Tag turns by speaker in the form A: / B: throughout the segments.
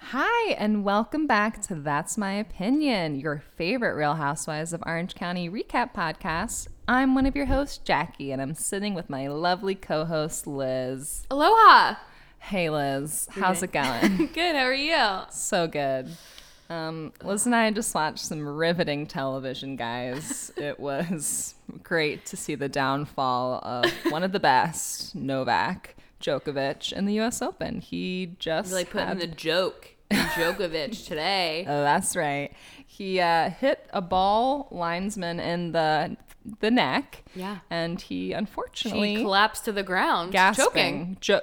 A: Hi, and welcome back to That's My Opinion, your favorite Real Housewives of Orange County recap podcast. I'm one of your hosts, Jackie, and I'm sitting with my lovely co host, Liz.
B: Aloha.
A: Hey, Liz, how's it going?
B: Good. How are you?
A: so good. Um, Liz and I just watched some riveting television, guys. It was great to see the downfall of one of the best, Novak Djokovic, in the U.S. Open. He just
B: Really putting
A: had
B: the joke, in Djokovic today.
A: Oh, that's right. He uh, hit a ball linesman in the the neck.
B: Yeah.
A: And he unfortunately
B: She collapsed to the ground,
A: gasping,
B: choking.
A: jo-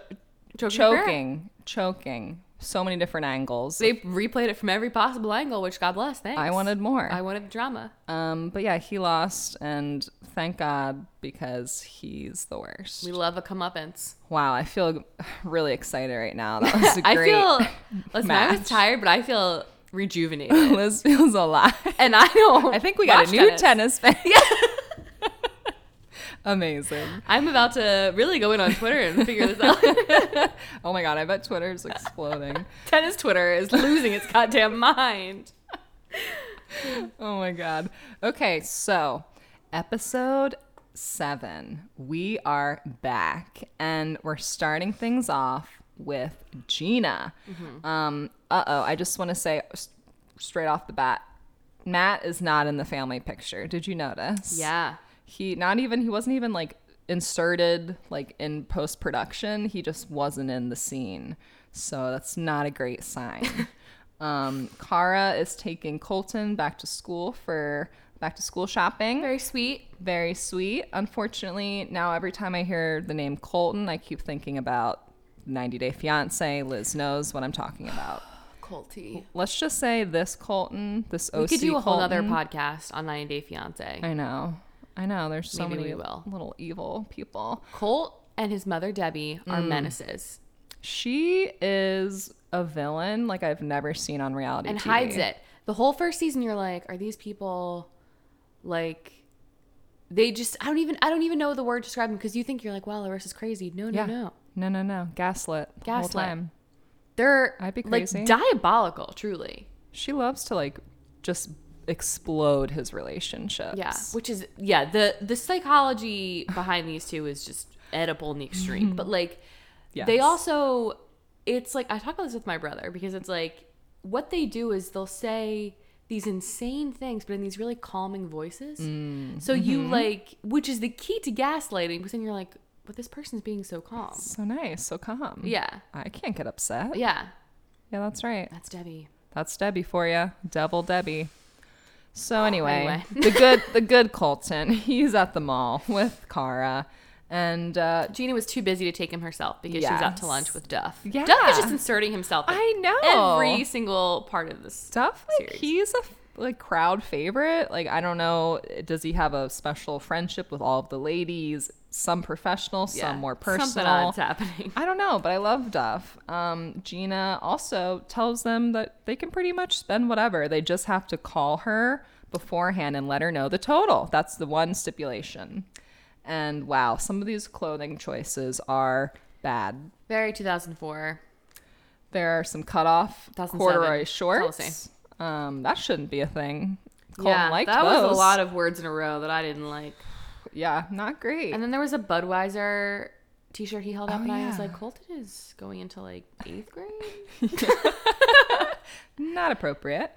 B: Choking
A: choking, choking. So many different angles.
B: They replayed it from every possible angle, which God bless. Thanks.
A: I wanted more.
B: I wanted drama.
A: um, but yeah, he lost, and thank God because he's the worst.
B: We love a comeuppance.
A: Wow, I feel really excited right now. That was a
B: I
A: great.
B: feel. Listen, I
A: match.
B: was tired, but I feel rejuvenated,
A: Liz feels alive.
B: and I don't.
A: I think we got
B: watch
A: a new tennis fan. Yeah. Amazing.
B: I'm about to really go in on Twitter and figure this out.
A: Oh my god, I bet Twitter's exploding.
B: tennis Twitter is losing its goddamn mind.
A: oh my god. Okay, so episode seven. We are back and we're starting things off with Gina. Um, uh oh, I just want to say s- straight off the bat, Matt is not in the family picture. Did you notice?
B: Yeah.
A: He not even he wasn't even like inserted like in post production. He just wasn't in the scene. So that's not a great sign. um Kara is taking Colton back to school for back to school shopping. Very,
B: Very sweet.
A: sweet. Unfortunately, now every time I hear the name Colton, I keep thinking about 90 Day Fiance. Liz knows what I'm talking about.
B: Colty.
A: Let's just say this Colton, this OC
B: We could do a whole other
A: Colton-
B: podcast on 90 Day Fiance.
A: I know. I know. There's so
B: Maybe
A: many
B: we will.
A: little evil people.
B: Colt and his mother Debbie are
A: Mm.
B: menaces
A: She is a villain like I've never seen on reality
B: and
A: TV.
B: hides it. The whole first season you're like, are these people like they just I don't even I don't even know the word to describe them because you think you're like, wow, Larissa's crazy. No, no,
A: Yeah.
B: no.
A: No, no, no. Gaslit. the whole
B: Gaslit.
A: time.
B: They're
A: I'd be crazy.
B: like diabolical, truly.
A: She loves to like just explode his relationships.
B: Yeah. Which is yeah, the the psychology behind these two is just edible in the extreme. but like they
A: Yes.
B: also it's like I talk about this with my brother because it's like what they do is they'll say these insane things but in these really calming voices.
A: Mm,
B: So you
A: mm-hmm.
B: like which is the key to gaslighting because then you're like, but this person's being so calm.
A: So nice. So calm.
B: Yeah.
A: I can't get upset. Yeah,
B: Yeah.
A: that's right.
B: That's Debbie.
A: That's Debbie for you. Devil Debbie. So anyway,
B: Oh, anyway.
A: the good the good Colton, he's at the mall with Kara and uh
B: Gina was too busy to take him herself because she was out to
A: Yes.
B: lunch with Duff.
A: Yeah.
B: Duff is just inserting himself in
A: I know.
B: every single part of this.
A: stuff like
B: series.
A: he's a like crowd favorite like i don't know does he have a special friendship with all of the ladies some professional
B: Yeah.
A: some more
B: Something
A: personal
B: odd's happening.
A: i don't know but i love duff um, gina also tells them that they can pretty much spend whatever they just have to call her beforehand and let her know the total that's the one stipulation and wow some of these clothing choices are bad
B: Very 2004.
A: there are some cutoff
B: 2007.
A: corduroy
B: It's all the
A: shorts. Um, that shouldn't be a thing. Colton
B: yeah,
A: liked
B: that
A: those.
B: was a lot of words in a row that I didn't like.
A: Yeah, not great.
B: And then there was a Budweiser T-shirt he held up,
A: Oh,
B: and I was
A: yeah.
B: like, Colton is going into like eighth grade.
A: not appropriate.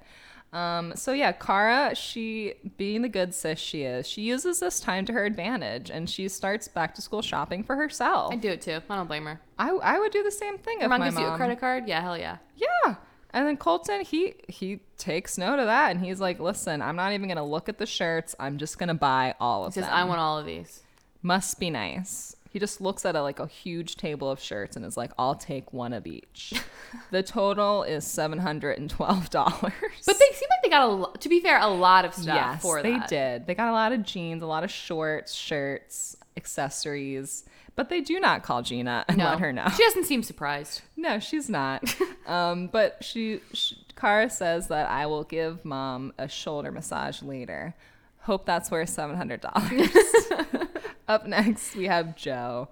A: Um, so yeah, Kara, she being the good sis she is, she uses this time to her advantage, and she starts back to school shopping for herself.
B: I'd do it too. I don't blame her.
A: I, I would do the same thing if
B: Your mom
A: my
B: gives you
A: mom.
B: a credit card. Yeah, hell yeah.
A: Yeah. And then Colton, he he takes note of that, and he's like, "Listen, I'm not even gonna look at the shirts. I'm just gonna buy all
B: He
A: of
B: says,
A: them."
B: I want all of these.
A: must be nice. He just looks at a, like a huge table of shirts and is like, "I'll take one of each." the total is seven hundred and twelve dollars.
B: But they seem like they got a. Lo- to be fair, a lot of stuff
A: yes,
B: for
A: they
B: that.
A: did. They got a lot of jeans, a lot of shorts, shirts, accessories. But they do not call Gina and
B: No.
A: let her know.
B: She doesn't seem surprised.
A: No, she's not. um, but she, she, Kara says that I will give mom a shoulder massage later. Hope that's worth seven hundred dollars. Up next, we have Joe,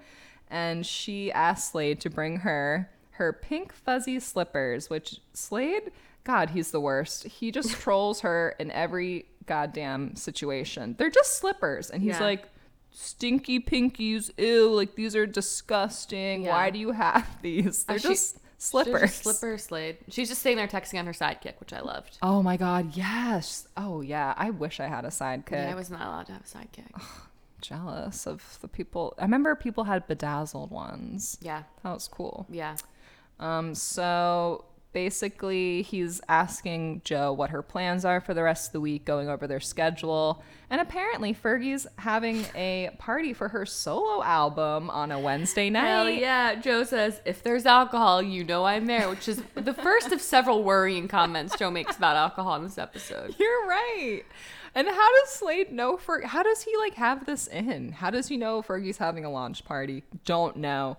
A: and she asks Slade to bring her her pink fuzzy slippers, which Slade, God, he's the worst. He just trolls her in every goddamn situation. They're just slippers. And he's
B: Yeah.
A: like, stinky pinkies, ew, like these are disgusting.
B: Yeah.
A: Why do you have these? They're
B: she-
A: just
B: She was
A: slippers.
B: just Slipper Slade. She's just sitting there texting on her sidekick, which I loved.
A: Oh my God, yes. Oh yeah, I wish I had a sidekick.
B: Yeah, I was not allowed to have a sidekick.
A: jealous of the people. I remember people had bedazzled ones.
B: Yeah,
A: That was cool.
B: yeah.
A: Um, so basically, he's asking Joe what her plans are for the rest of the week, going over their schedule. And apparently, Fergie's having a party for her solo album on a Wednesday night.
B: Hell yeah. Joe says, if there's alcohol, you know I'm there, which is the first of several worrying comments Joe makes about alcohol in this episode.
A: You're right. And how does Slade know Fer? How does he like have this in? How does he know Fergie's having a launch party? Don't know,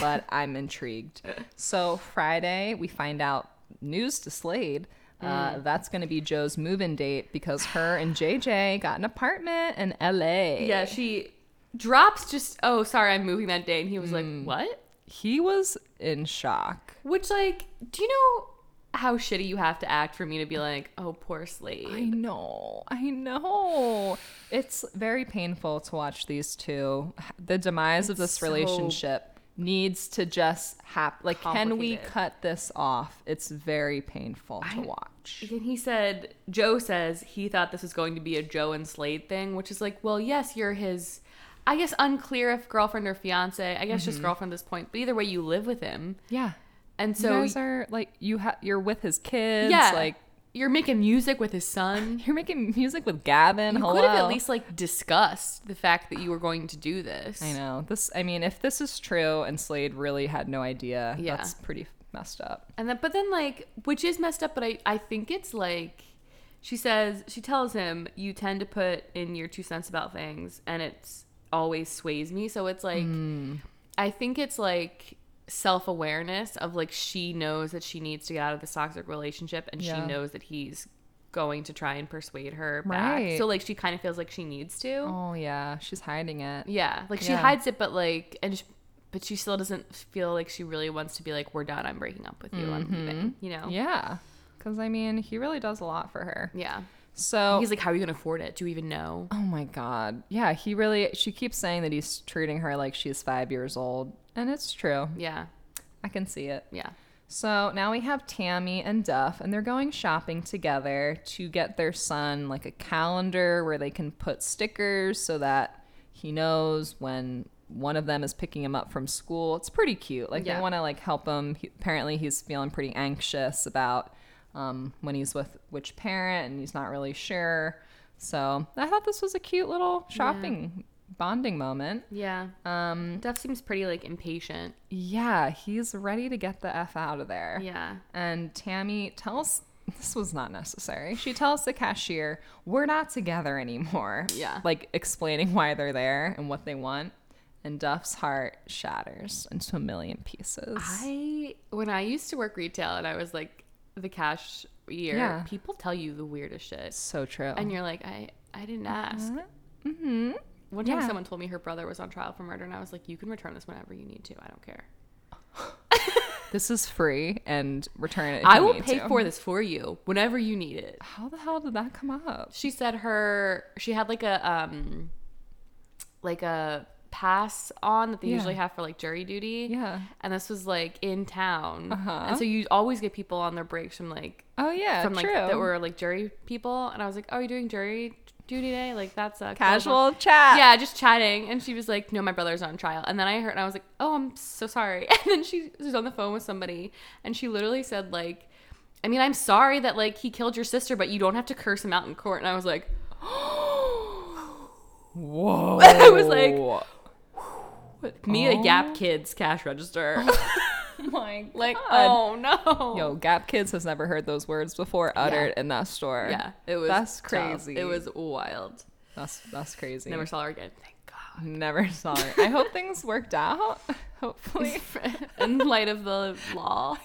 A: but I'm intrigued. So Friday we find out news to Slade. Uh, That's going to be Joe's move-in date because her and JJ got an apartment in LA.
B: Yeah, she drops just, oh, sorry, I'm moving that day. And he was
A: Hmm.
B: like, what?
A: he was in shock.
B: Which, like, do you know how shitty you have to act for me to be like, oh, poor Slade?
A: I know. I know. It's very painful to watch these two. The demise of this
B: so
A: relationship needs to just happen. Like, can we
B: complicated.
A: cut this off? It's very painful to watch.
B: And he said, Joe says he thought this was going to be a Joe and Slade thing, which is like, well, yes, you're his, I guess, unclear if girlfriend or fiance. I guess just girlfriend at this point. But either way, you live with him.
A: Yeah.
B: And
A: So Mm-hmm. you
B: so,
A: guys are like you ha- you're with his kids.
B: yeah,
A: Like
B: like you're making music with his son.
A: you're making music with Gavin.
B: You
A: Hello.
B: could have at least like discussed the fact that you were going to do this.
A: I know this. I mean, if this is true and Slade really had no idea,
B: Yeah.
A: that's pretty messed up.
B: And then, but then, like, which is messed up, but I, I think it's like, she says, she tells him, you tend to put in your two cents about things, and it's always sways me. So it's like,
A: Mm.
B: I think it's like self awareness of like, she knows that she needs to get out of this toxic relationship, and
A: Yeah.
B: she knows that he's going to try and persuade her back.
A: Right.
B: So, like, she kind of feels like she needs to.
A: Oh yeah, she's hiding it.
B: Yeah. Like, she
A: Yeah.
B: hides it, but like, and sh but she still doesn't feel like she really wants to be like, we're done. I'm breaking up with you. I'm leaving.
A: Mm-hmm.
B: You know?
A: Yeah. Because, I mean, he really does a lot for her.
B: Yeah.
A: So,
B: He's like, how are you going to afford it? Do you even know?
A: oh my God. Yeah, he really, she keeps saying that he's treating her like she's five years old. And it's true.
B: Yeah.
A: I can see it.
B: Yeah.
A: So now we have Tammy and Duff, and they're going shopping together to get their son like a calendar where they can put stickers so that he knows when one of them is picking him up from school. It's pretty cute. Like they
B: Yeah.
A: want to like help him. He, apparently, he's feeling pretty anxious about um, when he's with which parent, and he's not really sure. So I thought this was a cute little shopping bonding moment.
B: Yeah. Um, Duff seems pretty like impatient.
A: Yeah, he's ready to get the f out of there.
B: Yeah.
A: And Tammy tells this was not necessary. She tells the cashier, "We're not together anymore."
B: Yeah.
A: Like explaining why they're there and what they want. And Duff's heart shatters into a million pieces.
B: I, when I used to work retail and I was like the cash year,
A: Yeah.
B: people tell you the weirdest shit.
A: so true.
B: And you're like, I, I didn't ask.
A: Uh-huh. mm-hmm.
B: One time
A: Yeah.
B: someone told me her brother was on trial for murder and I was like, you can return this whenever you need to. I don't care.
A: This is free and return it. If
B: I
A: you
B: will
A: need
B: pay
A: to.
B: for this for you whenever you need it.
A: How the hell did that come up?
B: she said her she had like a um like a pass on that they
A: Yeah.
B: usually have for like jury duty
A: Yeah.
B: and this was like in town
A: Uh-huh.
B: and so you always get people on their breaks from like
A: Oh yeah,
B: from like
A: true.
B: that were like jury people and i was like oh you're doing jury duty day like that's a
A: Casual chat.
B: yeah just chatting and she was like no my brother's on trial and then i heard and i was like oh i'm so sorry and then she was on the phone with somebody and she literally said like i mean i'm sorry that like he killed your sister but you don't have to curse him out in court and i was like
A: Whoa.
B: I was like- meet a gap kids cash register
A: my
B: like
A: God.
B: oh no
A: Yo, Gap Kids has never heard those words before uttered in that store.
B: yeah it was
A: that's
B: tough.
A: crazy.
B: it was wild
A: that's that's crazy.
B: never saw her again thank god
A: Never saw her. I hope things worked out. Hopefully.
B: in light of the law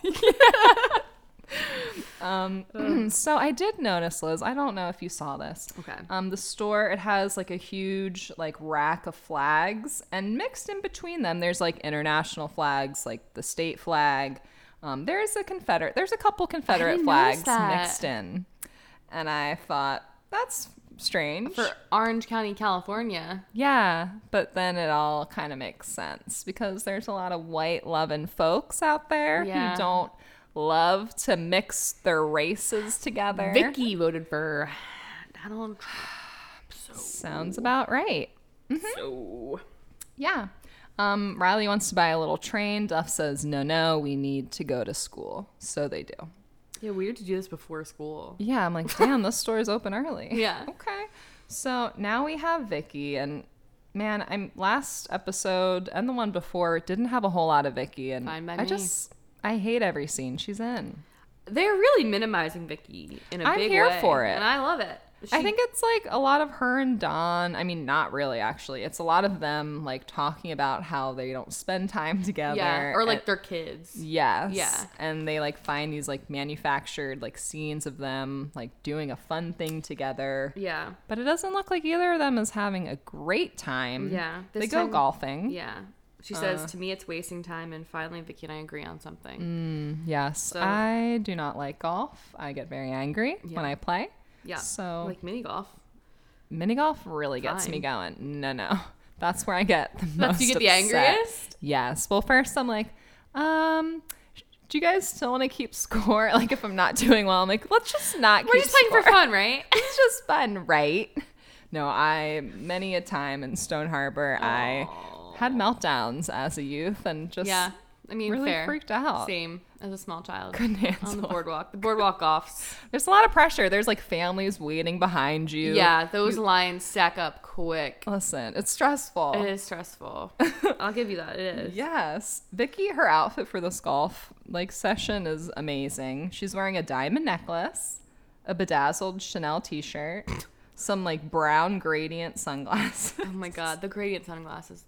A: Um, so I did notice, Liz. I don't know if you saw this.
B: Okay.
A: Um, the store it has like a huge like rack of flags, and mixed in between them, there's like international flags, like the state flag, Um, there's a Confederate, there's a couple Confederate
B: notice
A: flags
B: that.
A: mixed in, and I thought that's strange.
B: for Orange County, California.
A: yeah, but then it all kind of makes sense because there's a lot of white loving folks out there
B: Yeah.
A: who don't love to mix their races together.
B: Vicky voted for Donald Trump.
A: Sounds about right.
B: So
A: Yeah. Um, Riley wants to buy a little train. Duff says, no, no, we need to go to school. So they do.
B: yeah, weird to do this before school.
A: Yeah, I'm like, damn, this store is open early.
B: Yeah.
A: Okay. So now we have Vicky and man, I'm last episode and the one before didn't have a whole lot of Vicky and
B: Fine by
A: I
B: me.
A: just I hate every scene she's in.
B: They're really minimizing Vicky in a
A: I'm
B: big
A: here
B: way,
A: for it.
B: and I love it.
A: I
B: She-
A: think it's like a lot of her and Don. I mean, not really actually. It's a lot of them like talking about how they don't spend time together.
B: yeah, or
A: and-
B: like their kids.
A: Yes.
B: Yeah.
A: And they like find these like manufactured like scenes of them like doing a fun thing together.
B: Yeah,
A: But it doesn't look like either of them is having a great time.
B: Yeah,
A: They
B: this
A: go
B: time-
A: golfing.
B: yeah. She says
A: Uh.
B: to me, it's wasting time, and finally Vicky and I agree on something.
A: Mm, Yes.
B: So-
A: I do not like golf. I get very angry
B: Yeah.
A: when I play.
B: Yeah,
A: So
B: like mini golf.
A: mini golf really gets me going. No, no. That's where I get the most
B: That's you get the
A: upset.
B: angriest?
A: Yes. Well, first I'm like, um, do you guys still want to keep score? Like if I'm not doing well, I'm like, let's just not
B: We're
A: keep
B: just playing
A: score.
B: for fun, right?
A: it's just fun, right? No, I many a time in Stone Harbor, I had meltdowns as a youth and just
B: yeah, I mean,
A: really
B: fair.
A: freaked out.
B: Same as a small child
A: Couldn't
B: on
A: handle.
B: the
A: it.
B: boardwalk. The boardwalk offs.
A: There's a lot of pressure. There's like families waiting behind you.
B: Yeah, those lines stack up quick.
A: Listen, it's stressful.
B: It is stressful. I'll give you that. It is.
A: Oh. Yes. Vicky, her outfit for this golf like session is amazing. She's wearing a diamond necklace, a bedazzled Chanel t-shirt, some like brown gradient sunglasses.
B: Oh my god, the gradient sunglasses.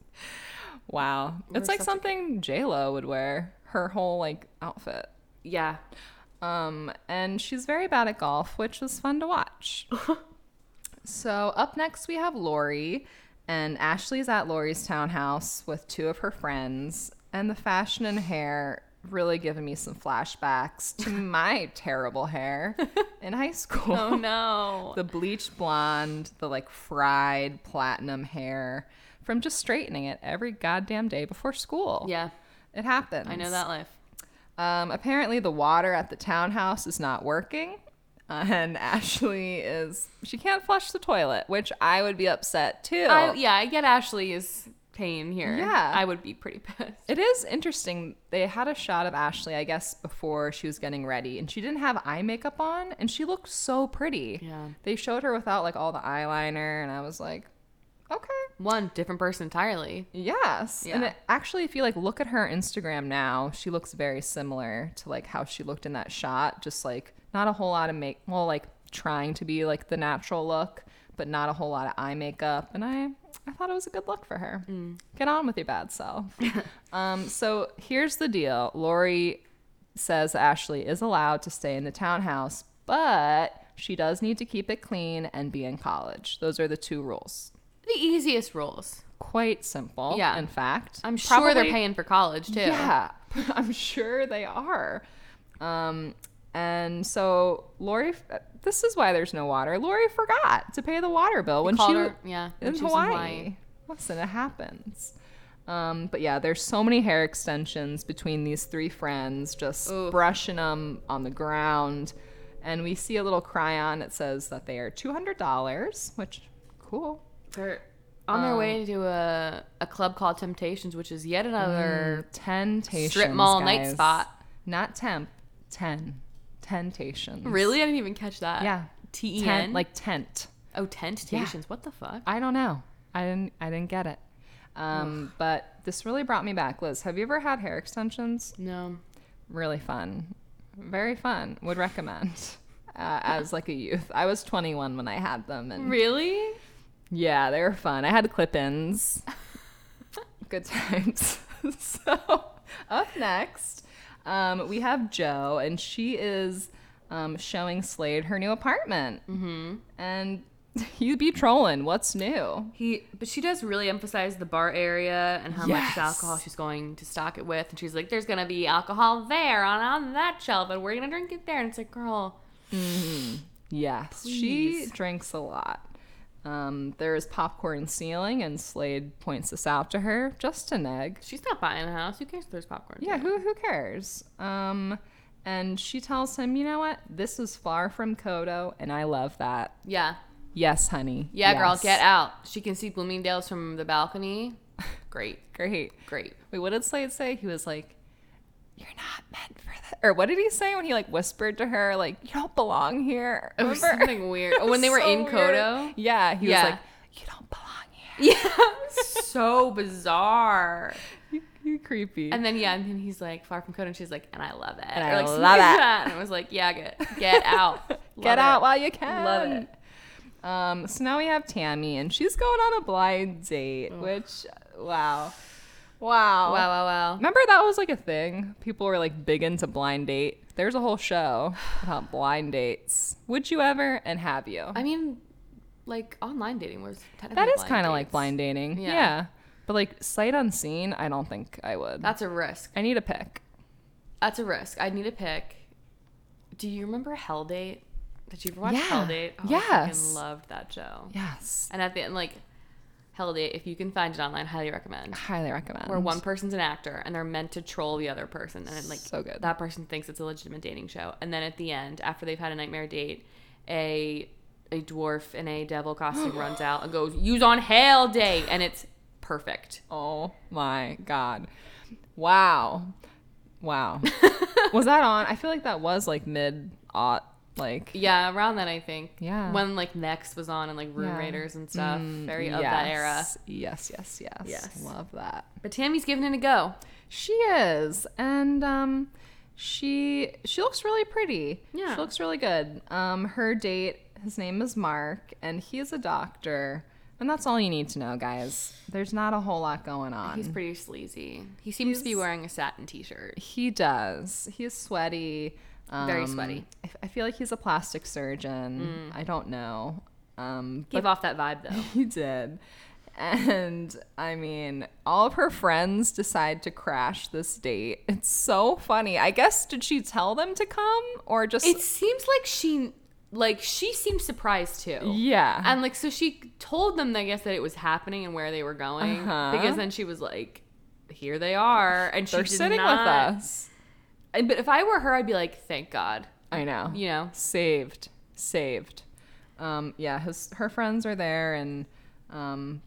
A: Wow.
B: We're
A: it's like
B: such a-
A: something J-Lo would wear, her whole like outfit.
B: Yeah.
A: Um, and she's very bad at golf, which was fun to watch. so up next we have Lori, and Ashley's at Lori's townhouse with two of her friends, and the fashion and hair really giving me some flashbacks to my terrible hair in high school.
B: Oh no.
A: The bleached blonde, the like fried platinum hair from just straightening it every goddamn day before school.
B: yeah,
A: It happens.
B: I know that life.
A: Um, apparently, the water at the townhouse is not working, uh, and Ashley is she can't flush the toilet, which I would be upset too.
B: I, yeah, I get Ashley's pain here.
A: Yeah.
B: I would be pretty pissed.
A: It is interesting. They had a shot of Ashley, I guess, before she was getting ready, and she didn't have eye makeup on, and she looked so pretty.
B: Yeah.
A: They showed her without like all the eyeliner, and I was like, okay.
B: One different person entirely.
A: Yes. And
B: Yeah.
A: it, actually, if you like look at her Instagram now, she looks very similar to like how she looked in that shot. Just like not a whole lot of make, well, like trying to be like the natural look, but not a whole lot of eye makeup. And I, I thought it was a good look for her. Get on with your bad self. um, so here's the deal. Lori says Ashley is allowed to stay in the townhouse, but she does need to keep it clean and be in college. Those are the two rules.
B: The easiest rules.
A: Quite simple,
B: Yeah.
A: in fact.
B: I'm sure they're
A: Probably-
B: paying for college too.
A: Yeah, I'm sure they are. Um, and so Lori, this is why there's no water. Lori forgot to pay the water bill when she
B: Called
A: was
B: her- yeah,
A: in,
B: when she was
A: Hawaii. Listen, it happens. Um, but yeah, there's so many hair extensions between these three friends, just
B: Oof.
A: brushing them on the ground. And we see a little cryon that says that they are $200, which, cool.
B: They're um, on their way to a, a club called Temptations, which is yet another.
A: Tentations.
B: mall night
A: guys.
B: spot.
A: Not temp. Ten. Tentations.
B: Really? I didn't even catch that.
A: Yeah.
B: T E
A: Tent,
B: N.
A: like tent.
B: oh, Temptations. What the fuck?
A: I don't know. I didn't. I didn't get it. Um, but this really brought me back. Liz, have you ever had hair extensions?
B: No.
A: Really fun. Very fun. Would recommend. Uh, as like a youth, I was 21 when I had them, and
B: Really?
A: Yeah, they were fun. I had clip-ins. Good times. so up next, um, we have Joe, and she is um, showing Slade her new apartment. Mm-hmm. And You be trolling. What's new?
B: He, but she does really emphasize the bar area and how
A: Yes.
B: much alcohol she's going to stock it with, and she's like, "There's gonna be alcohol there on on that shelf, and we're gonna drink it there." And it's like, girl,
A: Yes, she
B: Please.
A: drinks a lot. Um, there is popcorn ceiling, and Slade points this out to her. Just an egg.
B: she's not buying a house. Who cares if there's popcorn?
A: Yeah, who who cares? Um, and she tells him, you know what? This is far from Kodo, and I love that.
B: yeah,
A: Yes, honey.
B: yeah, girl,
A: Yes.
B: get out. She can see Bloomingdale's from the balcony. Great,
A: Great.
B: great.
A: Wait, what did Slade say? He was like, "You're not meant for that." Or what did he say when he like whispered to her, like, "You don't belong here."
B: It was something weird. Oh,
A: It
B: when they
A: was
B: were
A: so
B: in
A: weird.
B: Kodo.
A: Yeah, he
B: Yeah.
A: was like, "You don't belong here."
B: Yeah. so bizarre.
A: You creepy.
B: And then yeah, and then he's like far from Kodo, and she's like, and I love it.
A: And I
B: like,
A: love
B: something like
A: it.
B: that. And I was like, yeah, get get out, Love
A: Get
B: it.
A: out while you can.
B: Love it.
A: Um, so now we have Tammy, and she's going on a blind date, which, wow. Wow.
B: Wow, wow, wow.
A: Remember that was like a thing? People were like big into blind date. There's a whole show about blind dates. Would you ever and have you?
B: I mean, like online dating was technically
A: That is
B: blind
A: kind of like
B: dates.
A: blind dating. Yeah.
B: Yeah.
A: But like sight unseen, I don't think I would.
B: That's a risk.
A: I need a pick.
B: That's a risk. I need a pick. Do you remember Hell Date? Did you ever watch
A: Yeah.
B: Hell Date? Oh, I
A: Yes.
B: fucking loved that show.
A: Yes.
B: And at the end, like Hell Date, if you can find it online, highly recommend.
A: Highly recommend.
B: Where one person's an actor and they're meant to troll the other person, and it, like
A: So good.
B: that person thinks it's a legitimate dating show, and then at the end, after they've had a nightmare date, a a dwarf in a devil costume runs out and goes, "Use on Hell Date," and it's perfect.
A: Oh my god. Wow. Wow. was that on? I feel like that was like mid aught like
B: Yeah, around then I think.
A: Yeah.
B: When like Next was on and like Room
A: Yeah.
B: Raiders and stuff. Very of that era.
A: yes, Yes, yes, yes.
B: Yes.
A: Love that.
B: But Tammy's giving it a go.
A: She is. And um she she looks really pretty.
B: Yeah.
A: She looks really good. Um her date, his name is Mark, and he is a doctor. And that's all you need to know, guys. There's not a whole lot going on.
B: He's pretty sleazy. He seems to be wearing a satin t shirt.
A: He does. He is sweaty. Um,
B: Very sweaty. Mm.
A: I, f- I feel like he's a plastic surgeon. I don't know. Um,
B: Gave off that vibe though.
A: he did. And I mean, all of her friends decide to crash this date. It's so funny. I guess did she tell them to come or just
B: It seems like she like she seems surprised too.
A: yeah.
B: And like so she told them I guess that it was happening and where they were going.
A: Uh-huh.
B: Because then she was like, Here they are and she
A: They're
B: did
A: sitting
B: not-
A: with us.
B: And but if I were her, I'd be like, Thank God.
A: I know.
B: You know?
A: saved saved um yeah his her friends are there and um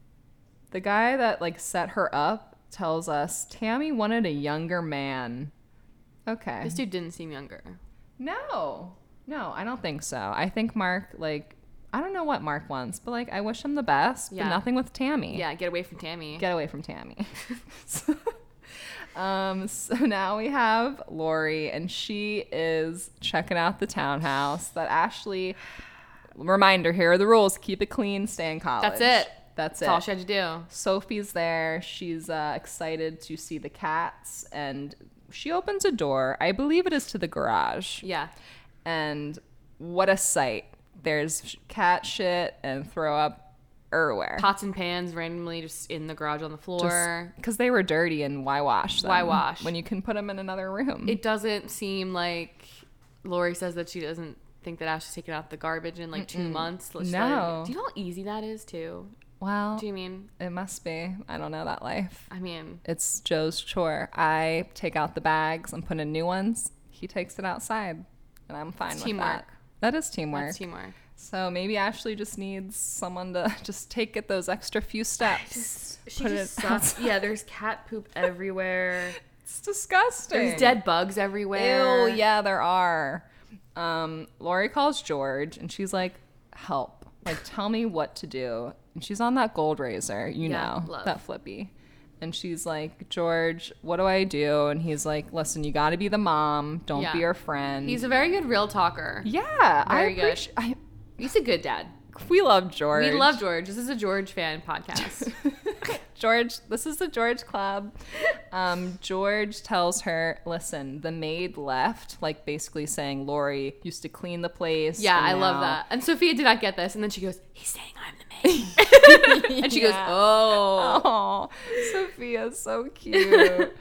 A: the guy that like set her up tells us tammy wanted a younger man okay
B: This dude didn't seem younger.
A: no no i don't think so i think mark like i don't know what mark wants but like i wish him the best but
B: Yeah.
A: nothing with tammy
B: Yeah, get away from Tammy.
A: get away from tammy um so now we have lori and she is checking out the townhouse that ashley reminder here are the rules keep it clean stay in college
B: it.
A: that's
B: That's all
A: it
B: she had to do.
A: sophie's there she's uh, excited to see the cats and she opens a door i believe it is to the garage
B: Yeah.
A: and what a sight there's sh- cat shit and throw up everywhere
B: Pots and pans randomly just in the garage on the floor.
A: because they were dirty and why wash them
B: Why wash?
A: when you can put them in another room
B: it doesn't seem like Lori says that she doesn't think that Ash is taking out the garbage in like 2 months. Let's just let her-
A: No.
B: Do you know how easy that is too?
A: well
B: Do you mean?
A: it must be i don't know that life
B: I mean,
A: it's joe's chore i take out the bags and put in new ones he takes it outside and i'm fine with that
B: teamwork.
A: that is teamwork
B: that's teamwork.
A: so maybe ashley just needs someone to just take it those extra few steps
B: She
A: Put
B: just
A: it
B: sucks.
A: outside.
B: Yeah, there's cat poop everywhere.
A: it's disgusting
B: there's dead bugs everywhere.
A: Ew, yeah, there are. Um, Lori calls George and she's like, help. Like, tell me what to do. And she's on that gold razor, you
B: Yeah,
A: know,
B: love.
A: that flippy. And she's like, George, what do I do? And he's like, listen, you got to be the mom. Don't
B: Yeah.
A: be her friend.
B: He's a very good real talker.
A: yeah, I
B: Very good.
A: appreciate. I,
B: He's a good dad.
A: we love George.
B: We love George. This is a George fan podcast.
A: George, this is the George Club. Um, George tells her, listen, the maid left, like basically saying Lori used to clean the place.
B: Yeah,
A: and
B: I love
A: now-
B: that. And Sophia did not get this. And then she goes, He's saying I'm the maid. and she goes,
A: Yeah.
B: Oh.
A: Oh, Sophia's so cute.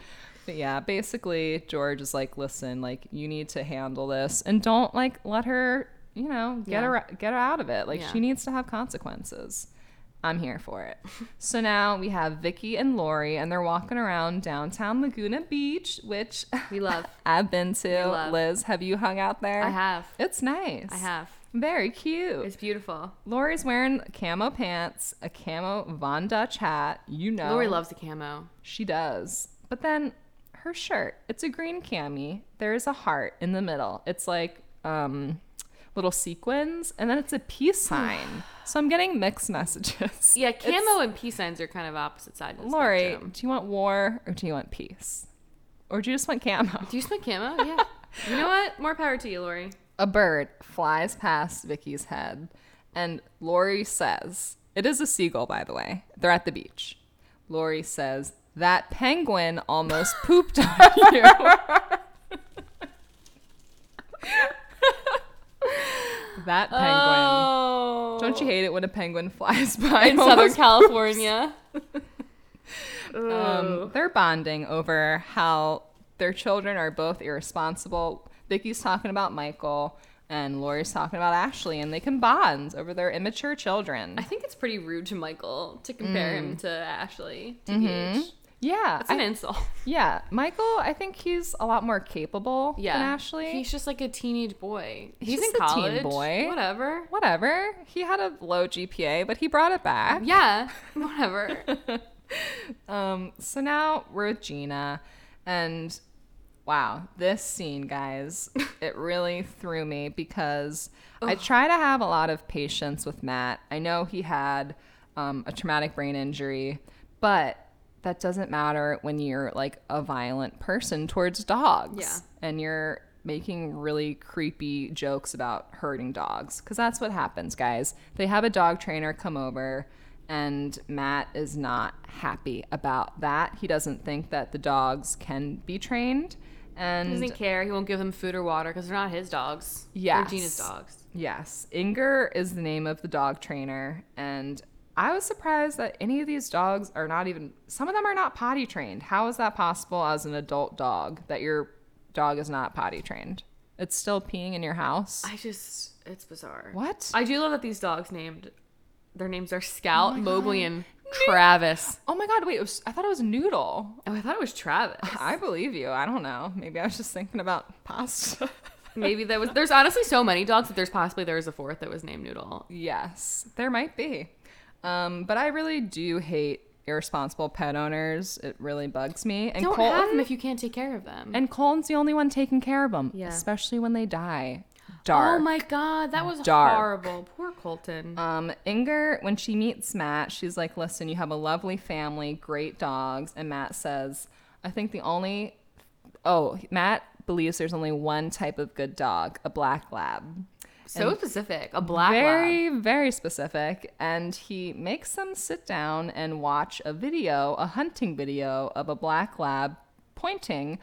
A: but yeah, basically, George is like, listen, like, you need to handle this and don't, like, let her, you know, get,
B: Yeah.
A: her, get her out of it. Like,
B: Yeah.
A: she needs to have consequences. I'm here for it. so now we have Vicky and Lori, and they're walking around downtown Laguna Beach, which
B: We love.
A: I've been to.
B: love.
A: Liz, have you hung out there?
B: I have.
A: It's nice.
B: I have.
A: Very cute.
B: It's beautiful.
A: Lori's wearing camo pants, a camo Von Dutch hat. You know,
B: Lori loves the camo.
A: she does. But then her shirt, it's a green cami. There is a heart in the middle. It's like um, little sequins, and then it's a peace sign. so I'm getting mixed messages.
B: Yeah, camo
A: It's-
B: and peace signs are kind of opposite sides of the
A: Lori,
B: spectrum.
A: do you want war or do you want peace? Or do you just want camo?
B: Do you smoke camo? Yeah. you know what? More power to you, Lori.
A: A bird flies past Vicky's head, and Lori says, It is a seagull, by the way. They're at the beach. Lori says, That penguin almost pooped on you. that penguin.
B: Oh.
A: Don't you hate it when a penguin flies by?
B: In
A: and
B: Southern
A: almost-
B: California.
A: Um, they're bonding over how their children are both irresponsible. Vicky's talking about Michael, and Lori's talking about Ashley, and they can bond over their immature children.
B: I think it's pretty rude to Michael to compare him to Ashley. To Gage.
A: yeah,
B: That's an
A: Mm. Mm-hmm. I-
B: insult.
A: yeah. Michael, I think he's a lot more capable
B: Yeah.
A: than Ashley.
B: He's just like a teenage boy.
A: He's
B: He's,
A: just
B: in
A: a teen
B: college.
A: boy.
B: Whatever.
A: Whatever. He had a low GPA, but he brought it back.
B: Yeah. Whatever.
A: Um, so now we're with Gina, and wow, this scene, guys, it really threw me because I try to have a lot of patience with Matt. I know he had um, a traumatic brain injury, but that doesn't matter when you're like a violent person towards dogs
B: Yeah.
A: and you're making really creepy jokes about hurting dogs because that's what happens guys they have a dog trainer come over and matt is not happy about that he doesn't think that the dogs can be trained
B: He
A: and
B: doesn't care. He won't give them food or water because they're not his dogs.
A: Yes.
B: They're Gina's dogs.
A: yes inger is the name of the dog trainer and i was surprised that any of these dogs are not even some of them are not potty trained how is that possible as an adult dog that your dog is not potty trained it's still peeing in your house
B: I just, it's bizarre.
A: What?
B: I do love that these dogs named, their names are Scout, Mobley, and Travis.
A: oh my god, wait, it was, I thought it was noodle.
B: Oh, I thought it was Travis.
A: I believe you. I don't know. Maybe I was just thinking about pasta.
B: Maybe that was, there's honestly so many dogs that there's possibly there was a fourth that was named Noodle.
A: yes, there might be. Um, but I really do hate irresponsible pet owners. It really bugs me. And
B: Don't
A: Colton,
B: have them if you can't take care of them.
A: and Colton's the only one taking care of them,
B: Yeah.
A: especially when they die. Dark.
B: Oh my God, that was
A: Dark.
B: horrible. Poor Colton.
A: Um, Inger, when she meets Matt, she's like, Listen, you have a lovely family, great dogs. And Matt says, I think the only, oh, Matt believes there's only one type of good dog, a black lab.
B: so specific. A black lab.
A: Very, very specific. And he makes them sit down and watch a video, a hunting video of a black lab pointing.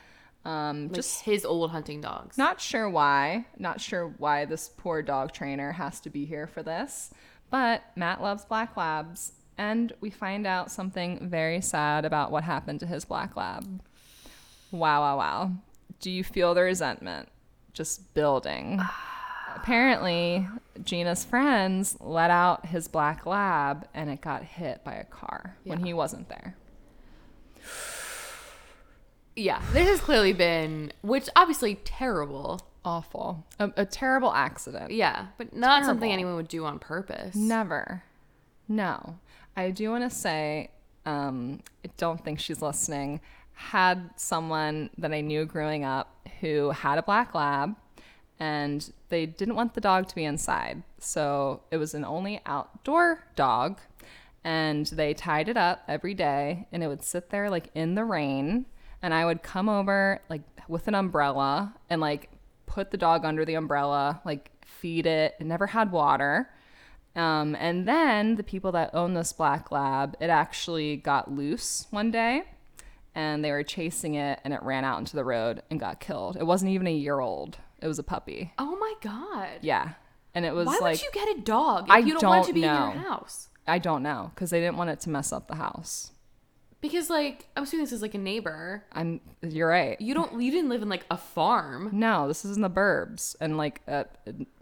A: Um,
B: Like
A: just
B: his old hunting dogs.
A: not sure why. Not sure why this poor dog trainer has to be here for this. But Matt loves black labs, and we find out something very sad about what happened to his black lab. Wow, wow, wow. Do you feel the resentment just building? Apparently, Gina's friends let out his black lab and it got hit by a car when he wasn't there.
B: Yeah, this has clearly been, which obviously terrible.
A: Awful. A, a terrible accident.
B: Yeah, but not something
A: Terrible.
B: anyone would do on purpose.
A: Never. No. I do want to say, um, I don't think she's listening. Had someone that I knew growing up who had a black lab and they didn't want the dog to be inside. So it was an only outdoor dog and they tied it up every day and it would sit there like in the rain and I would come over like with an umbrella and like put the dog under the umbrella, like feed it. It never had water Um, and then the people that own this black lab, it actually got loose one day and they were chasing it and it ran out into the road and got killed. It wasn't even a year old, it was a puppy.
B: Oh my god.
A: Yeah. And it was
B: Why
A: like,
B: would you get a dog if
A: I
B: you don't, want it
A: don't
B: to be in
A: know.
B: your house?
A: I don't know, because they didn't want it to mess up the house.
B: Because like I'm assuming this is like a neighbor.
A: I'm, you're right.
B: You don't you didn't live in like a farm.
A: No, this is in the burbs. And like uh,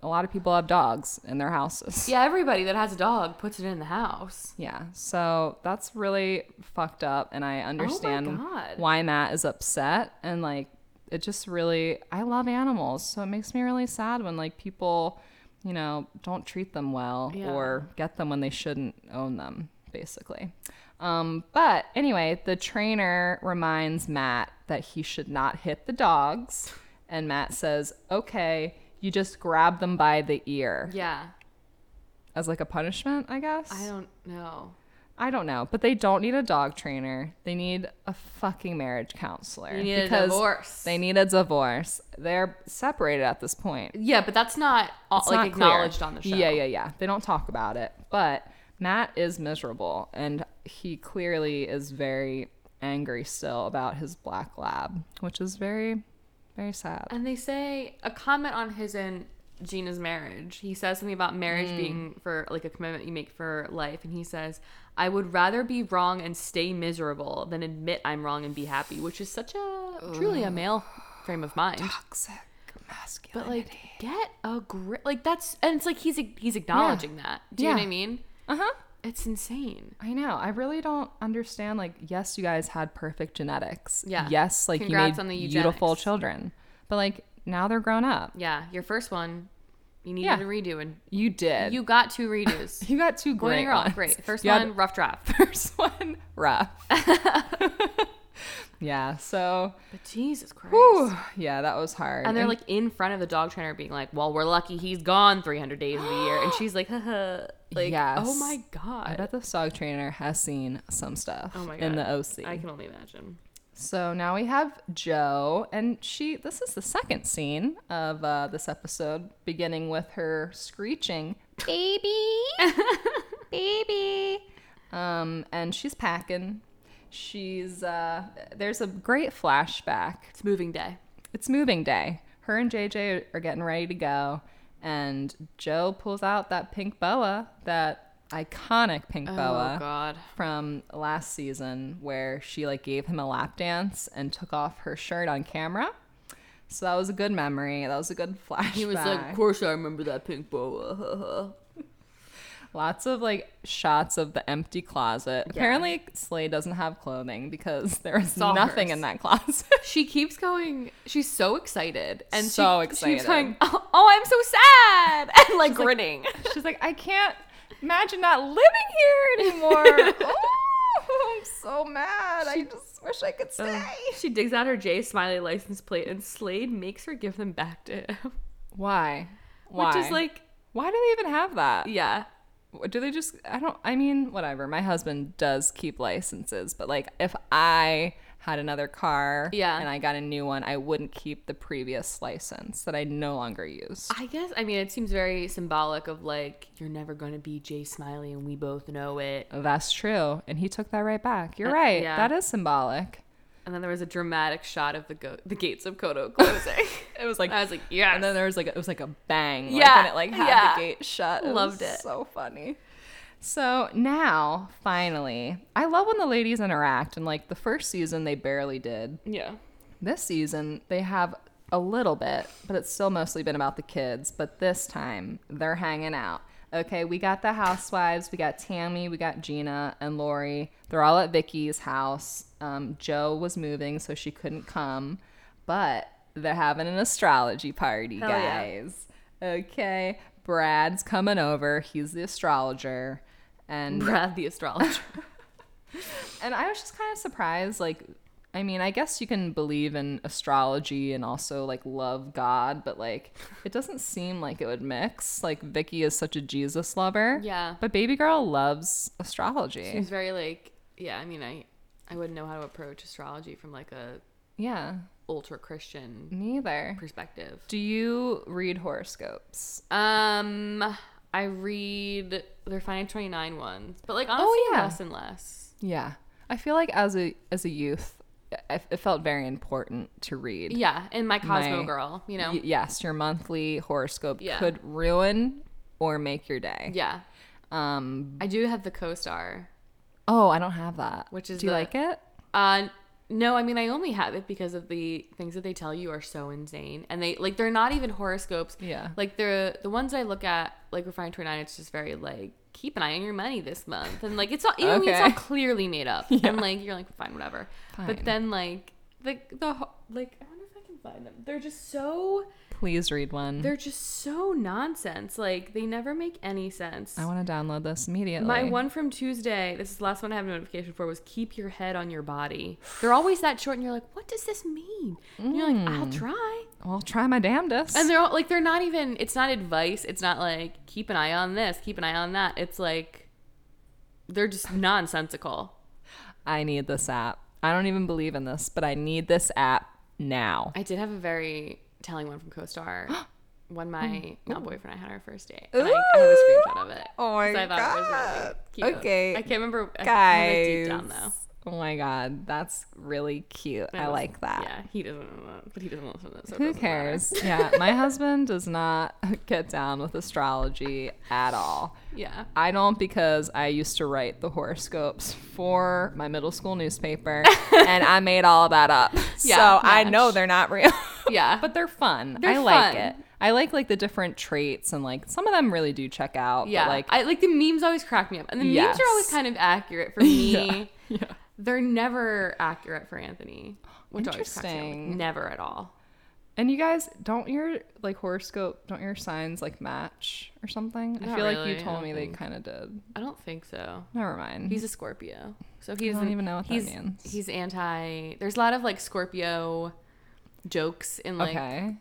A: a lot of people have dogs in their houses.
B: Yeah, everybody that has a dog puts it in the house.
A: Yeah, so that's really fucked up, and I understand
B: Oh God.
A: why Matt is upset. And like, it just really, I love animals, so it makes me really sad when like people, you know, don't treat them well
B: Yeah.
A: or get them when they shouldn't own them, basically. Um, but anyway, the trainer reminds Matt that he should not hit the dogs, and Matt says, "Okay, you just grab them by the ear
B: Yeah.
A: as like a punishment, I guess."
B: I don't know.
A: I don't know, but they don't need a dog trainer. They need a fucking marriage counselor.
B: They need a divorce.
A: They need a divorce. They're separated at this point.
B: Yeah, but that's not all,
A: It's
B: like
A: not clear.
B: acknowledged on the show.
A: Yeah, yeah, yeah. They don't talk about it. But Matt is miserable, and he clearly is very angry still about his black lab, which is very, very sad.
B: And they say a comment on his and Gina's marriage. He says something about marriage
A: Hmm.
B: being for like a commitment you make for life, and he says, "I would rather be wrong and stay miserable than admit I'm wrong and be happy," which is such a truly a male frame of mind.
A: Toxic
B: But
A: masculine.
B: like, get a grip. Like that's and it's like he's he's acknowledging that. Do you know
A: Yeah.
B: what I mean?
A: uh huh.
B: It's insane.
A: I know. I really don't understand. Like, yes, you guys had perfect genetics.
B: Yeah.
A: Yes, like
B: Congrats
A: you made
B: on the
A: beautiful
B: eugenics.
A: children. But like now they're grown up.
B: Yeah, your first one, you needed
A: Yeah.
B: a redo, and
A: You did.
B: you got two redos.
A: you got two
B: Boy
A: great
B: and girl,
A: ones.
B: great. First
A: You had-
B: one, rough draft.
A: First one, rough. yeah. So,
B: But Jesus Christ.
A: whew, yeah, that was hard.
B: And they're like in front of the dog trainer being like, Well, we're lucky he's gone 300 days of the year. And she's like, Haha. Like,
A: Yes.
B: oh my
A: I
B: God.
A: bet this dog trainer has seen some stuff
B: Oh my
A: in
B: God.
A: the OC.
B: I can only imagine.
A: So now we have Joe, and she. This is the second scene of uh, this episode, beginning with her screeching, "Baby, baby," um, and she's packing. She's uh, there's a great flashback.
B: It's moving day.
A: It's moving day. Her and JJ are getting ready to go, and Joe pulls out that pink boa, that iconic pink boa
B: Oh God.
A: from last season where she like gave him a lap dance and took off her shirt on camera. So that was a good memory. That was a good flashback.
B: He was like, Of course I remember that pink boa. haha."
A: lots of like shots of the empty closet. Apparently, Slay doesn't have clothing because there is
B: all
A: nothing
B: hers.
A: in that closet.
B: she keeps going, she's so excited. And she-
A: So
B: She
A: excited.
B: keeps going, Oh, oh, I'm so sad. And like grinning.
A: She's like, I can't imagine not living here anymore. Ooh, I'm so mad. I just wish I could stay.
B: she digs out her J Smiley license plate and Slade makes her give them back to him.
A: Why? Why?
B: Which is like,
A: why do they even have that?
B: yeah.
A: do they just i don't i mean whatever my husband does keep licenses but like if i had another car
B: Yeah.
A: and i got a new one i wouldn't keep the previous license that i no longer use
B: I guess I mean it seems very symbolic of like you're never gonna be Jay Smiley and we both know it.
A: that's true and he took that right back you're
B: Uh,
A: right
B: yeah.
A: that is symbolic
B: And then there was a dramatic shot of the go- the gates of Kodo closing.
A: it was like
B: I was like, yeah.
A: and then there was like a, it was like a bang like,
B: Yeah,
A: when it like had
B: yeah.
A: the gate shut
B: Loved
A: was
B: it.
A: so funny so now finally i love when the ladies interact and like the first season they barely did
B: yeah,
A: This season, they have a little bit, but it's still mostly been about the kids. But this time, they're hanging out. Okay, we got the housewives. We got Tammy. We got Gina and Lori. They're all at Vicky's house. Um, Joe was moving, so she couldn't come. But they're having an astrology party,
B: Hell yeah.
A: guys. Okay, Brad's coming over. He's the astrologer, and
B: Brad the astrologer.
A: and I was just kind of surprised. Like, I mean, I guess you can believe in astrology and also like love God, but like it doesn't seem like it would mix. Like Vicky is such a Jesus lover.
B: Yeah.
A: But baby girl loves astrology.
B: He was very like, yeah. I mean, I I wouldn't know how to approach astrology from like a
A: yeah.
B: ultra
A: Mm.
B: Christian
A: Neither.
B: perspective.
A: Do you read horoscopes?
B: Um, I read their Fine 29 ones, but like honestly,
A: Oh, yeah.
B: less and less.
A: Yeah. I feel like as a as a youth, I, it felt very important to read.
B: Yeah, and my Cosmo
A: My-
B: girl, you know?
A: Y- yes, your monthly horoscope
B: Yeah.
A: could ruin or make your day.
B: yeah.
A: Um.
B: I do have the co star.
A: Oh, I don't have that.
B: Which is
A: do you
B: the-
A: like it?
B: Uh, no, I mean I only have it because of the things that they tell you are so insane, and they like they're not even horoscopes.
A: Yeah.
B: like they're the ones I look at like Refined Twenty Nine. It's just very like keep an eye on your money this month, and like it's all you know, what I mean?
A: Okay.
B: it's all clearly made up, and like you're like fine whatever.
A: Fine.
B: But then like the the ho- like I wonder if I can find them. They're just so
A: Please read one.
B: they're just so nonsense. Like they never make any sense.
A: I want to download this immediately.
B: My one from Tuesday, this is the last one I have a notification for, was keep your head on your body. They're always that short, and you're like, what does this mean? And you're like, I'll try.
A: I'll try my damnedest.
B: And they're all, like, they're not even, it's not advice. It's not like, keep an eye on this, keep an eye on that. It's like, they're just nonsensical.
A: I need this app. I don't even believe in this, but I need this app now.
B: I did have a very telling one from CoStar when my now boyfriend I had our first date. And I, I have
A: Ooh.
B: a screenshot of it.
A: Oh my
B: 'Cause I thought it was really
A: God.
B: cute.
A: Okay.
B: I can't remember. I can't
A: Guys.
B: remember deep down, though.
A: Oh my god, that's really cute. I
B: was-
A: like that.
B: Yeah, he doesn't know that, but he doesn't listen to this. So it
A: Who
B: doesn't matter.
A: cares? yeah, my husband does not get down with astrology at all.
B: Yeah.
A: I don't because I used to write the horoscopes for my middle school newspaper and I made all that up. so
B: Yeah,
A: I know
B: match.
A: they're not real.
B: Yeah.
A: but they're fun.
B: They're
A: I like
B: fun.
A: it. I like like the different traits and like some of them really do check out.
B: Yeah.
A: But, like
B: I like the memes always crack me up. And the memes are always
A: Yes.
B: kind of accurate for me.
A: yeah.
B: They're never accurate for Anthony. Which always cracks me up. Like,
A: Interesting.
B: Never at all.
A: And you guys, don't your like horoscope, don't your signs like match or something? I
B: Not
A: feel like
B: really,
A: you
B: I
A: told
B: don't
A: me they
B: think.
A: kind of did.
B: I don't think so.
A: Never mind.
B: He's a Scorpio. So he
A: I don't
B: doesn't
A: even know what that
B: he's,
A: means.
B: He's anti there's a lot of like Scorpio jokes in like
A: okay. Are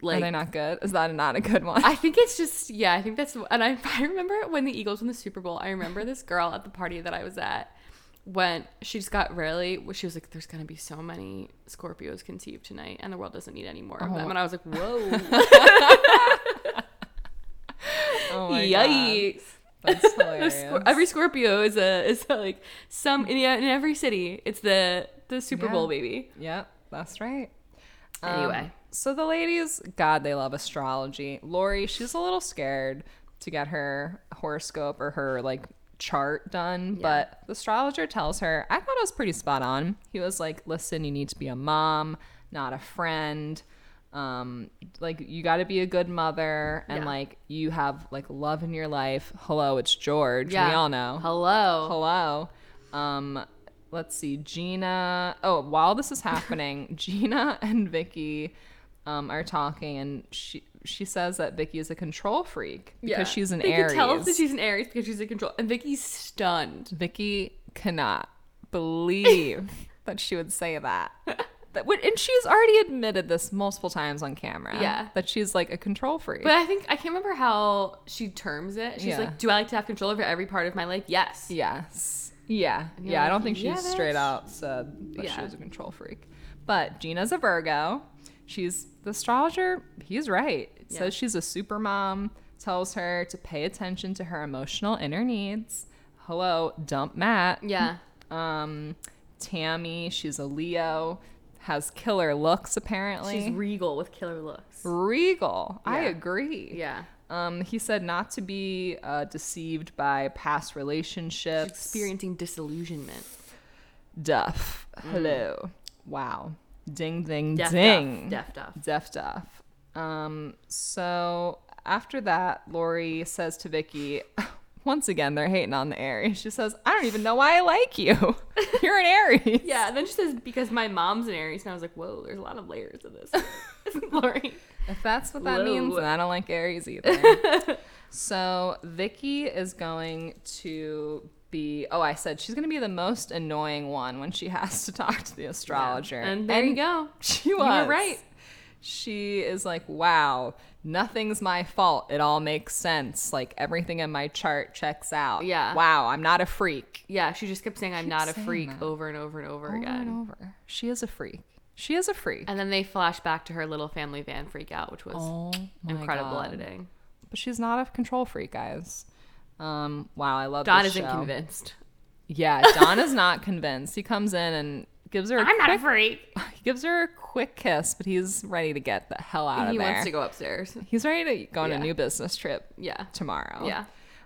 B: like
A: they not good? Is that not a good one?
B: I think it's just yeah. I think that's and I, I remember when the Eagles won the Super Bowl. I remember this girl at the party that I was at when she just got really. She was like, "There's gonna be so many Scorpios conceived tonight, and the world doesn't need any more of
A: Uh-huh.
B: them." And I was like, "Whoa,
A: oh
B: yikes!"
A: god, that's
B: The
A: hilarious.
B: Scor- every Scorpio is a is a, like some in, in every city. It's the the Super
A: Yeah.
B: Bowl baby.
A: yep, that's right. Um,
B: Anyway.
A: so the ladies, God, they love astrology. Lori, she's a little scared to get her horoscope or her like chart done, but the astrologer tells her, I thought it was pretty spot on. He was like, listen, you need to be a mom, not a friend. Um, like you got to be a good mother, and
B: Yeah.
A: like you have like love in your life. Hello, it's George. We
B: Yeah.
A: all know.
B: Hello.
A: Hello. Oh, Um, let's see. Gina. Oh, while this is happening, Gina and Vicky um, are talking, and she she says that Vicky is a control freak because she's an
B: they
A: Aries.
B: Can tell us that she's an Aries because she's in control, and Vicky's stunned.
A: Vicky cannot believe that she would say that. That would, and she's already admitted this multiple times on camera.
B: Yeah.
A: that she's like a control freak.
B: But I think I can't remember how she terms it. She's
A: Yeah.
B: like, "Do I like to have control over every part of my life?" Yes.
A: Yes. Yeah.
B: you're
A: Yeah. I don't
B: like,
A: think she
B: "Yeah,
A: straight
B: bitch."
A: out said that she
B: Yeah.
A: was a control freak. But Gina's a Virgo. She's the astrologer. He's right.
B: Yeah.
A: Says she's a super mom. Tells her to pay attention to her emotional inner needs. Hello, dump Matt.
B: Yeah.
A: Um, Tammy. She's a Leo. Has killer looks apparently.
B: She's regal with killer looks.
A: regal. I
B: Yeah.
A: agree.
B: Yeah.
A: Um, he said not to be uh, deceived by past relationships.
B: Experiencing disillusionment.
A: Duff. Hello. Wow. Ding, ding,
B: Deaf
A: ding.
B: Mm. Duff. Deaf Duff.
A: Def Duff. Um, so after that, Lori says to Vicky, once again, they're hating on the Aries. She says, I don't even know why I like you. You're an Aries.
B: Yeah. And then she says, "Because my mom's an Aries," and I was like, "Whoa, there's a lot of layers of this." Lori.
A: If that's what that
B: Whoa.
A: means, then I don't like Aries either. so Vicky is going to be oh I said she's gonna be the most annoying one when she has to talk to the astrologer.
B: And there you go.
A: She
B: were
A: was.
B: right.
A: She is like, wow, nothing's my fault. It all makes sense. Like everything in my chart checks out.
B: Yeah.
A: Wow, I'm not a freak.
B: Yeah. She just kept saying, "I'm not a
A: saying
B: freak"
A: that.
B: over and over and over
A: Over
B: again.
A: and over. She is a freak. She is a freak.
B: And then they flash back to her little family van freak out, which was
A: Oh my
B: incredible
A: God.
B: editing.
A: but she's not a control freak, guys. Um, wow, I love
B: Don
A: this
B: isn't
A: show.
B: convinced.
A: Yeah, Don is not convinced. He comes in and gives her a
B: I'm not a
A: quick,
B: freak.
A: he gives her a quick kiss, but he's ready to get the hell out
B: He
A: of there.
B: wants to go upstairs.
A: He's ready to go on
B: Yeah.
A: a new business trip
B: Yeah.
A: tomorrow.
B: Yeah.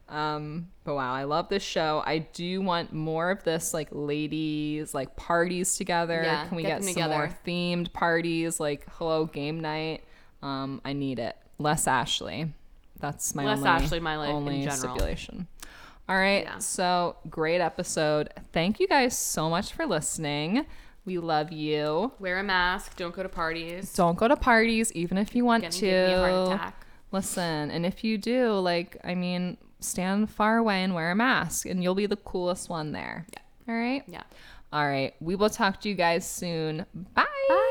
A: Um, but wow, I love this show. I do want more of this, like ladies, like parties together.
B: Yeah,
A: Can we
B: get
A: get,
B: them
A: some
B: together.
A: more themed parties, like hello game night? Um, I need it. Less Ashley. That's my
B: Less
A: only,
B: Ashley, my life in
A: only
B: general.
A: stipulation. All right,
B: Yeah.
A: so great episode. Thank you guys so much for listening. We love you.
B: Wear a mask. Don't go to parties.
A: Don't go to parties, even if you want
B: Gonna
A: to.
B: give me a heart attack.
A: Listen, and if you do, like, I mean, stand far away and wear a mask, and you'll be the coolest one there. All right.
B: Yeah.
A: All right. We will talk to you guys soon. Bye.
B: Bye.